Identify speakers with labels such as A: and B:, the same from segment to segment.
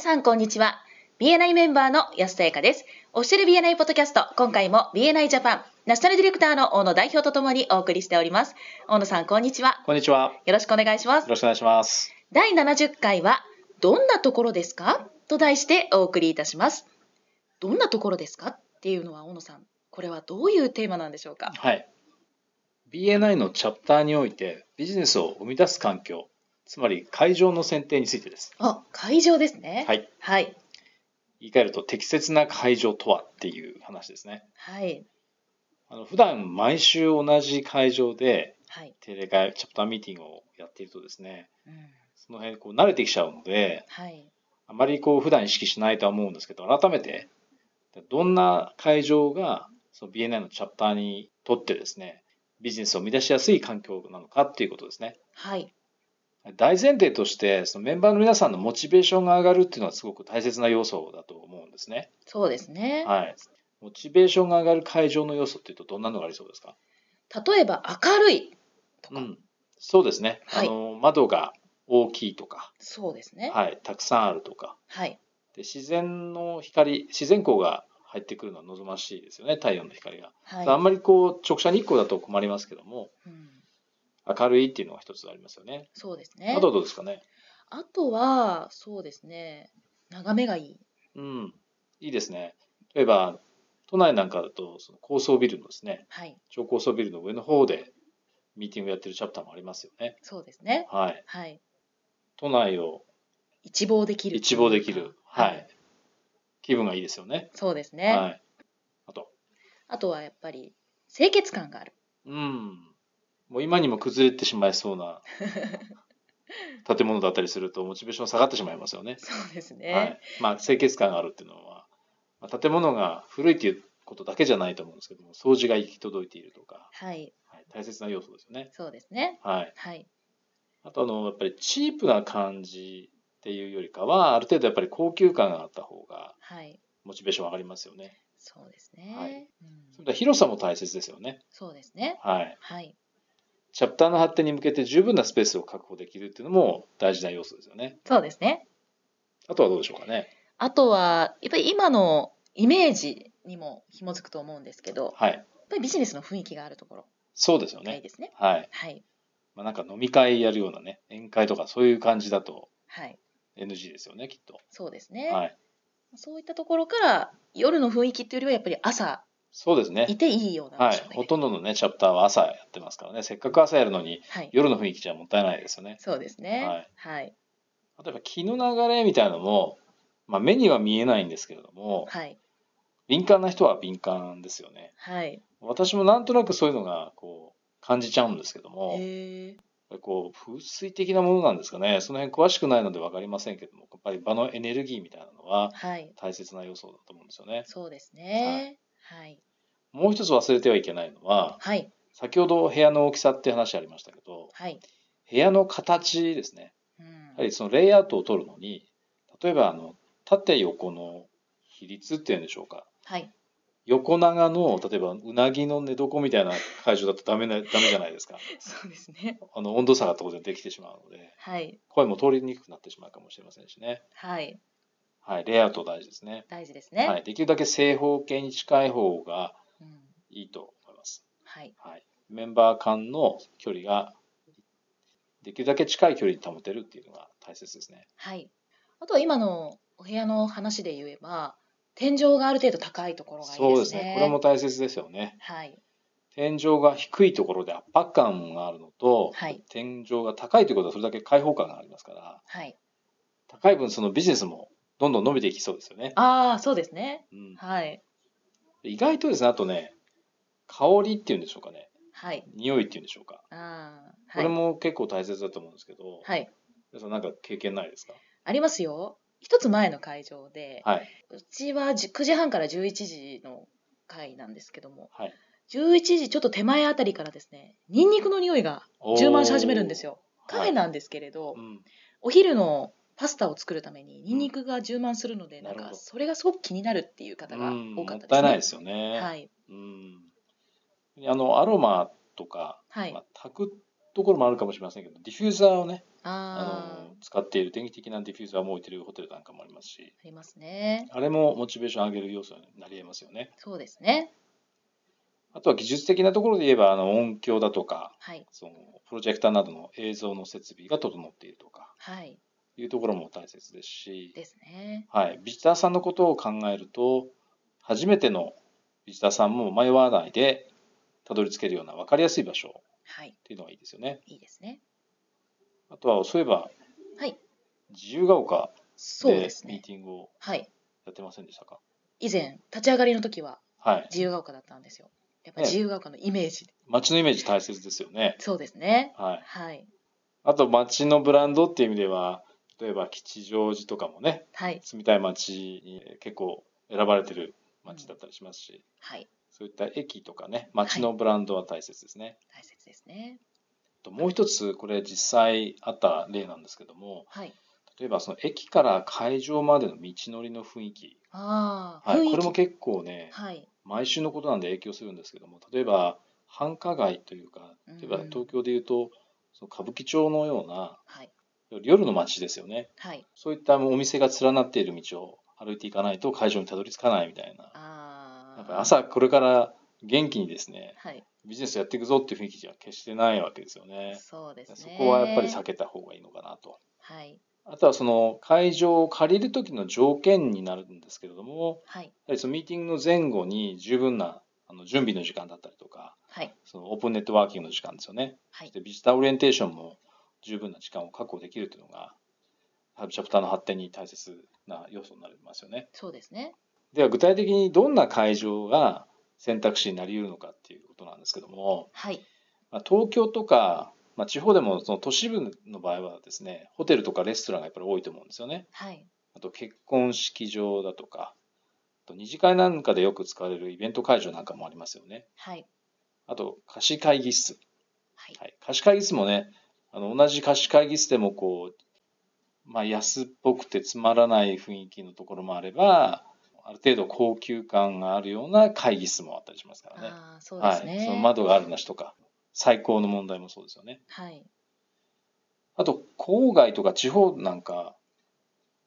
A: さんこんにちは。BNI メンバーの安田彩香です。オフィシャル BNI ポッドキャスト、今回も BNI ジャパン、ナショナルディレクターの大野代表とともにお送りしております。大野さん、こんにちは。
B: こんにちは。
A: よろしくお願いします
B: よ。ろしくお願いします。
A: 第70回は、どんなところですかと題してお送りいたします。どんなところですかっていうのは、大野さん、これはどういうテーマなんでしょうか
B: はい。BNI のチャプターにおいてビジネスを生み出す環境、つまり会場の選定についてです。
A: あ、会場ですね。
B: はい。
A: はい。
B: 言い換えると適切な会場とはっていう話ですね。
A: はい。
B: あの普段毎週同じ会場で
A: はい。
B: 定例会、チャプターミーティングをやっているとですね、
A: うん
B: その辺こう慣れてきちゃうので、
A: はい。
B: あまりこう普段意識しないとは思うんですけど、改めてどんな会場がその BNI のチャプターにとってですね、ビジネスを生み出しやすい環境なのかっていうことですね。
A: はい。
B: 大前提としてそのメンバーの皆さんのモチベーションが上がるっていうのはすごく大切な要素だと思うんですね。
A: そうですね。
B: はい。モチベーションが上がる会場の要素っていうとどんなのがありそうですか？
A: 例えば、明るいとか。
B: うん。そうですね。
A: はい
B: あの窓が大きいとか、
A: そうですね。
B: はい、たくさんあるとか、
A: はい。
B: で自然の光、自然光が入ってくるのは望ましいですよね。太陽の光が。
A: はい。
B: あんまりこう直射日光だと困りますけども、
A: うん
B: 明るいっていうのが一つありますよね。
A: そうですね。
B: あとはどうですかね？
A: あとは、そうですね。眺めがいい。
B: うん。いいですね。例えば都内なんかだとその高層ビルのですね。
A: はい。
B: 超高層ビルの上の方でミーティングやってるチャプターもありますよね。
A: そうですね。
B: はい。
A: はい。
B: 都内を
A: 一望できる。
B: 一望できる。はい。。気分がいいですよね。
A: そうですね。
B: はい。あと、
A: あとはやっぱり、清潔感がある。
B: うん。もう今にも崩れてしまいそうな建物だったりすると、モチベーション下がってしまいますよね。
A: そうですね。
B: はい。まあ、清潔感があるっていうのは、まあ建物が古いっていうことだけじゃないと思うんですけども、掃除が行き届いているとか、
A: はい。
B: はい、大切な要素ですよね。
A: そうですね。
B: はい。
A: はい。
B: あとあのやっぱりチープな感じっていうよりかはある程度やっぱり高級感があった方が
A: はい。
B: モチベーション上がりますよね。
A: そうですね。
B: はい
A: うん
B: それから広さも大切ですよね。
A: そうですね。
B: はい。
A: はい。
B: チャプターの発展に向けて十分なスペースを確保できるっていうのも大事な要素ですよね。
A: そうですね。
B: あとはどうでしょうかね。
A: あとは、やっぱり今のイメージにも紐づくと思うんですけど、
B: はい。
A: やっぱりビジネスの雰囲気があるところ
B: そうですよ
A: がいい
B: ね。
A: ですね。
B: はい。
A: はい。
B: まあ、なんか飲み会やるようなね、宴会とかそういう感じだと
A: はい。
B: NG ですよね、きっと。
A: そうですね。
B: はい。
A: そういったところから、夜の雰囲気っていうよりは、やっぱり朝
B: そうです
A: い
B: ね。
A: ていいような場
B: は
A: 所
B: い。
A: で。
B: ほとんどのね、チャプターは朝やってますからね。せっかく朝やるのに
A: はい。
B: 夜の雰囲気じゃもったいないですよね。
A: そうですね。
B: はい
A: はい。
B: 例えば気の流れみたいなのも、まあ、目には見えないんですけれども
A: はい。
B: 敏感な人は敏感ですよね
A: はい。
B: 私もなんとなくそういうのがこう感じちゃうんですけどもやっ
A: へえ。
B: ぱりこう風水的なものなんですかねその辺詳しくないので分かりませんけどもやっぱり場のエネルギーみたいなのは
A: はい。
B: 大切な要素だと思うんですよね
A: そうですね。はい。
B: もう一つ忘れてはいけないのは
A: はい。
B: 先ほど部屋の大きさって話ありましたけど
A: はい。
B: 部屋の形ですね
A: うん
B: やはりそのレイアウトを取るのに例えばあの縦横の比率っていうんでしょうか
A: はい。
B: 横長の例えばうなぎの寝床みたいな会場だとダメなダメじゃないですか
A: そうですね。
B: あの温度差が当然できてしまうので
A: はい。
B: 声も通りにくくなってしまうかもしれませんしね
A: はい。
B: はいレイアウト大事ですね
A: 大事ですね。
B: はいできるだけ正方形に近い方が
A: うん
B: いいと思います
A: はい。
B: はいメンバー間の距離ができるだけ近い距離に保てるっていうのが大切ですね
A: はい。あとは今のお部屋の話で言えば、天井がある程度高いところがいいですね。
B: そうですねこれも大切ですよね
A: はい。
B: 天井が低いところで圧迫感があるのと、
A: はい。
B: 天井が高いということはそれだけ開放感がありますから
A: はい。
B: 高い分そのビジネスもどんどん伸びていきそうですよね。
A: ああ、そうですね。
B: うん、
A: はい。
B: 意外とですねあとね香りっていうんでしょうかね
A: はい。
B: 匂いっていうんでしょうか、
A: ああ。
B: こ
A: はい
B: れ。も結構大切だと思うんですけど、
A: はい。
B: 皆さんなんか経験ないですか
A: ありますよ。一つ前の会場で、
B: はいう
A: ちはじ9時半から11時の会なんですけども、
B: はい
A: 11時ちょっと手前あたりからですね、ニンニクの匂いが充満し始めるんです
B: よ。
A: よ。カフェなんですけれど、
B: うん、
A: お昼のパスタを作るためにニンニクが充満するので、
B: うん
A: なん
B: なる
A: か
B: ほど
A: それがすごく気になるっていう方が
B: うん
A: 多か
B: も
A: っ
B: っ
A: ですね。
B: たたいないですよね。
A: はい。
B: うん、あのアロマとか、
A: はい。
B: まあ、炊くところもあるかもしれませんけどディフューザーをねあ
A: あー
B: の使っている電気的なディフューザーも置いてるホテルなんかもありますし
A: ありますね。
B: あれもモチベーション上げる要素になり得ますよね
A: そうですね。
B: あとは技術的なところで言えばあの音響だとか
A: はい。
B: そのプロジェクターなどの映像の設備が整っているとか
A: はい。
B: いうところも大切ですし
A: ですね。
B: はい、ビジターさんのことを考えると初めてのビジターさんも迷わないでたどり着けるような分かりやすい場所っ
A: はい。
B: ていうのがいいですよね。
A: いいですね。
B: あとはそういえば、
A: はい
B: 自由が丘
A: そう
B: で
A: です
B: ミー
A: ね。
B: ティングを
A: はい。
B: やってませんでしたか、
A: 以前、立ち上がりの時は
B: はい、
A: 自由が丘だったんですよ。やっぱ
B: ええ
A: 自由が丘のイメージ。
B: 街のイメージ大切ですよね。
A: そうですね。
B: はい、
A: はい。
B: あと街のブランドっていう意味では例えば吉祥寺とかもね
A: はい。
B: 住みたい街に結構選ばれてる街だったりしますし、
A: はい。
B: そういった駅とかね街のブランドは大切ですね。
A: 大切ですね。
B: ともう一つこれ実際あった例なんですけども
A: はい。
B: 例えばその駅から会場までの道のりの雰囲気、
A: ああ、
B: はい、
A: 雰囲気
B: これも結構ね
A: はい。
B: 毎週のことなんで影響するんですけども例えば繁華街というか
A: うん
B: 例えば東京でいうとその歌舞伎町のような
A: はい。
B: 夜の街ですよね
A: はい。
B: そういったお店が連なっている道を歩いていかないと会場にたどり着かないみたいな
A: ああ。
B: やっぱり朝これから元気にですね
A: はい。
B: ビジネスやっていくぞっていう雰囲気じゃ決してないわけですよね。
A: そうですね。
B: そこはやっぱり避けた方がいいのかなと。
A: はい。
B: あとはその会場を借りる時の条件になるんですけれども、
A: はい。
B: やはりそのミーティングの前後に十分なあの準備の時間だったりとか、
A: はい。
B: そのオープンネットワーキングの時間ですよね。
A: は
B: そ
A: い
B: し。てビジターオリエンテーションも十分な時間を確保できるというのが、ハブチャプターの発展に大切な要素になりますよね。
A: そうですね。
B: では具体的にどんな会場が選択肢になり得るのかっていうことなんですけども、
A: はい。
B: まあ、東京とか、まあ、地方でもその都市部の場合はですね、ホテルとかレストランがやっぱり多いと思うんですよね。
A: はい。
B: あと結婚式場だとか、あと二次会なんかでよく使われるイベント会場なんかもありますよね。
A: はい。
B: あと貸し会議室。
A: はい。
B: はい、貸し会議室もね、あの同じ貸し会議室でもこう、まあ、安っぽくてつまらない雰囲気のところもあれば、ある程度高級感があるような会議室もあったりしますからね。
A: ああ、そうです
B: はい、
A: ね。
B: その窓があるなしとか、最高の問題もそうですよね。
A: はい。
B: あと、郊外とか地方なんか、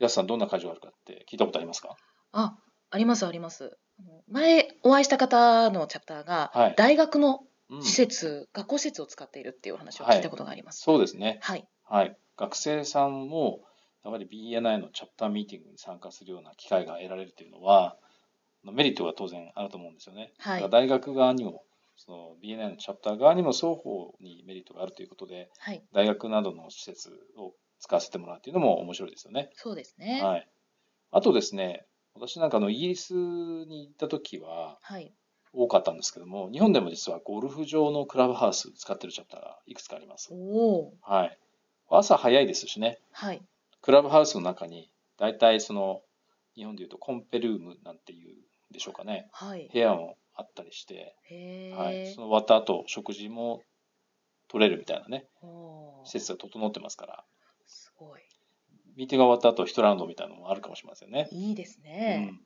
B: 安さんどんな会場があるかって聞いたことありますか
A: あ、ありますあります。あの前お会いした方のチャプターが、
B: はい
A: 大学の
B: うん
A: 施設、学校施設を使っているっていうお話を聞いたことがあります。
B: そうですね。
A: はい。
B: はい。学生さんも、やはり BNI のチャプターミーティングに参加するような機会が得られるというのは、メリットが当然あると思うんですよね。
A: はい
B: だから大学側にも、その BNI のチャプター側にも双方にメリットがあるということで、
A: はい。
B: 大学などの施設を使わせてもらうというのも面白いですよね。
A: そうですね。はい。
B: はい。あとですね、私なんかあのイギリスに行った時は多かったんですけども、日本でも実はゴルフ場のクラブハウス使ってるチャプターがいくつかあります
A: お。おー。
B: はい。朝早いですしね、
A: はい。
B: クラブハウスの中に、大体その、日本でいうとコンペルームなんていうんでしょうかね、
A: はい。
B: 部屋もあったりして、
A: へ
B: はい、
A: え
B: そ。の終わった後、食事も取れるみたいなね、
A: おー
B: 施設が整ってますから、
A: すごい。
B: ミーティングが終わった後、一ラウンドみたいなのもあるかもしれませんね。
A: いいです
B: う
A: ね。
B: ん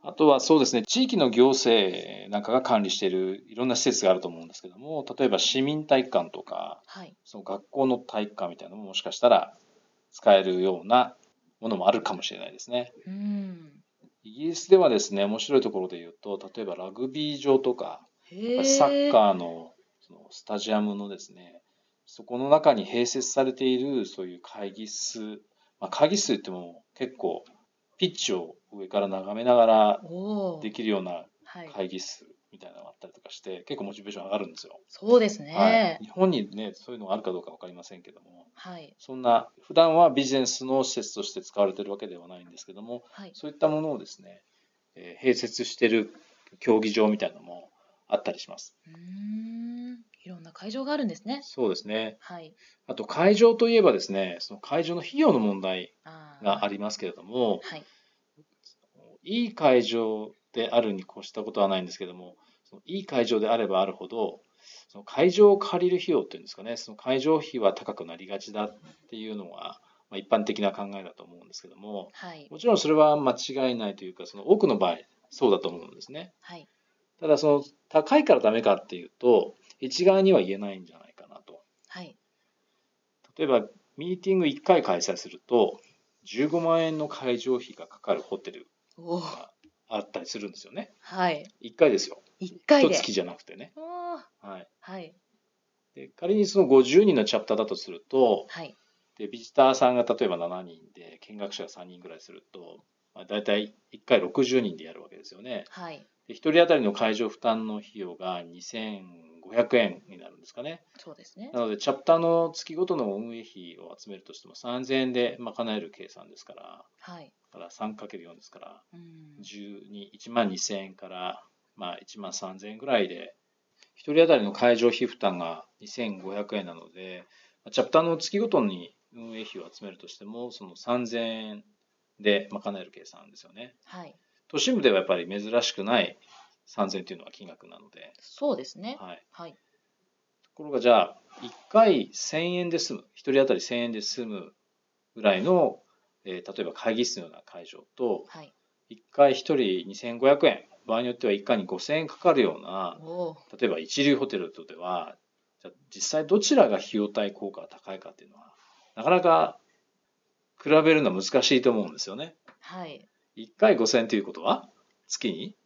B: あとはそうですね、地域の行政なんかが管理しているいろんな施設があると思うんですけども、例えば市民体育館とか、
A: はい。
B: その学校の体育館みたいなのももしかしたら使えるようなものもあるかもしれないですね。
A: うん。
B: イギリスではですね、面白いところで言うと、例えばラグビー場とか、
A: へえ。
B: サッカーのそのスタジアムのですね、そこの中に併設されているそういう会議室、まあ、会議室って言っても結構ピッチを上から眺めながら
A: おお。
B: できるような
A: はい。
B: 会議室みたいなのがあったりとかして、結構モチベーション上がるんですよ。
A: そうです
B: はい
A: ね。、
B: 日本にね、そういうのがあるかどうか分かりませんけども、
A: はい。
B: そんな普段はビジネスの施設として使われているわけではないんですけども、
A: はい。
B: そういったものをですね、えー併設している競技場みたいなのもあったりします。
A: うーん。いろんな会場があるんですね。
B: そうですね。
A: はい。
B: あと会場といえばですね、その会場の費用の問題
A: あー
B: がありますけれども、
A: はい。
B: いい会場であるに越したことはないんですけども、そのいい会場であればあるほど、その会場を借りる費用っていうんですかね、その会場費は高くなりがちだっていうのが、まあ、一般的な考えだと思うんですけども、
A: はい。
B: もちろんそれは間違いないというか、その多くの場合、そうだと思うんですね。
A: はい。
B: ただその高いからダメかっていうと一概には言えないんじゃないかなと
A: はい。
B: 例えばミーティング1回開催すると、15万円の会場費がかかるホテル
A: おお
B: あったりするんですよね。
A: はい
B: 1回ですよ。
A: 一回
B: 1
A: で
B: 月じゃなくてね。
A: おー
B: はい。
A: はい
B: で、仮にその50人のチャプターだとすると、
A: はい
B: で、ビジターさんが例えば7人で、見学者が3人ぐらいすると、まあ、大体1回60人でやるわけですよね。
A: はい
B: で、1人当たりの会場負担の費用が2500円になるんですかね。
A: そうですね
B: なので、チャプターの月ごとの運営費を集めるとしても3000円で賄える計算ですから、
A: はい
B: だから 3×4 ですから、
A: うん
B: 12 1万2000円から、まあ、1万3000円ぐらいで、1人当たりの会場費負担が2500円なので、まあチャプターの月ごとに運営費を集めるとしても、その3000円で賄える計算ですよね。
A: はい
B: 都心部ではやっぱり珍しくない3000円というのは金額なので、
A: そうですね
B: はい、
A: はい
B: ところがじゃあ、1回1000円で済む、1人当たり1000円で済むぐらいの、えー例えば会議室のような会場と、
A: はい
B: 1回1人2500円場合によっては1回に5000円かかるような
A: おお
B: 例えば一流ホテルとではじゃあ実際どちらが費用対効果が高いかっていうのはなかなか比べるのは難しいと思うんですよね。
A: はい
B: 1回5000円ということは月に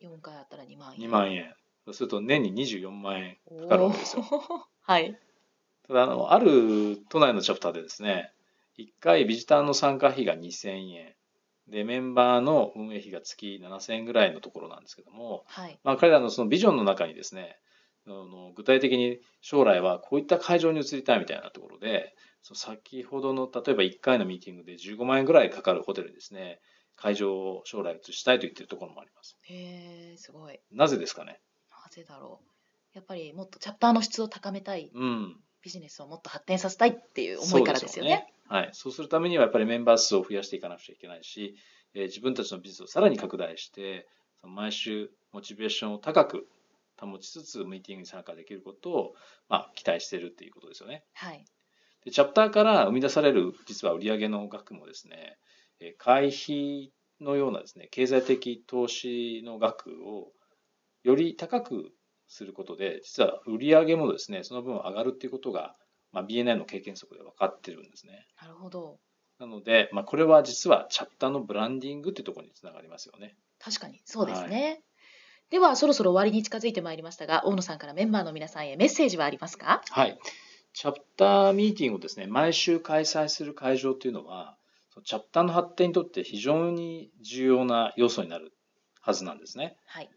A: 四回あったら二万円
B: 2万円そうすると年に24万円かかるわけですよ。
A: おーはい
B: ただあのある都内のチャプターでですね1回ビジターの参加費が2000円でメンバーの運営費が月7000円ぐらいのところなんですけども、
A: はい
B: まあ、彼らのそのビジョンの中にですねあの具体的に将来はこういった会場に移りたいみたいなところでその先ほどの例えば1回のミーティングで15万円ぐらいかかるホテルにですね会場を将来移したいと言ってるところもあります
A: へえすごい
B: なぜですかね
A: なぜだろうやっぱりもっとチャプターの質を高めたい
B: うん
A: ビジネスをもっと発展させたいっていう思いからですよね。
B: そうでしょうはい、そうするためにはやっぱりメンバー数を増やしていかなくちゃいけないし、えー自分たちのビジネスをさらに拡大してその毎週モチベーションを高く保ちつつミーティングに参加できることを、まあ、期待しているっていうことですよね。
A: はい
B: でチャプターから生み出される実は売上の額もですね、えー会費のようなですね経済的投資の額をより高くすることで実は売上もですねその分上がるっていうことが、まあ、BNI の経験則で分かってるんですね
A: なるほど
B: なので、まあ、これは実はチャプターのブランディングっていうところにつながりますよね
A: 確かにそうですね。ではそろそろ終わりに近づいてまいりましたが大野さんからメンバーの皆さんへメッセージはありますか
B: はい、チャプターミーティングをですね毎週開催する会場というのはそのチャプターの発展にとって非常に重要な要素になるはずなんですね。
A: はい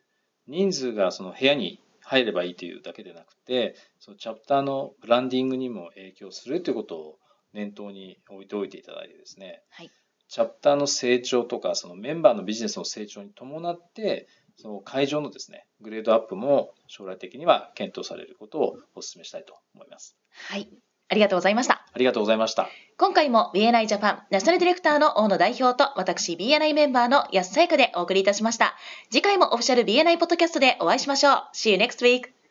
B: 人数がその部屋に入ればいいというだけでなくてそのチャプターのブランディングにも影響するということを念頭に置いておいていただいてですね、
A: はい
B: チャプターの成長とかそのメンバーのビジネスの成長に伴ってその会場のですねグレードアップも将来的には検討されることをお勧めしたいと思います。
A: はいありがとうございました。
B: ありがとうございました。
A: 今回も BNI ジャパンナショナルディレクターの大野代表と私 BNI メンバーの安さやかでお送りいたしました。次回もオフィシャル BNI ポッドキャストでお会いしましょう。See you next week!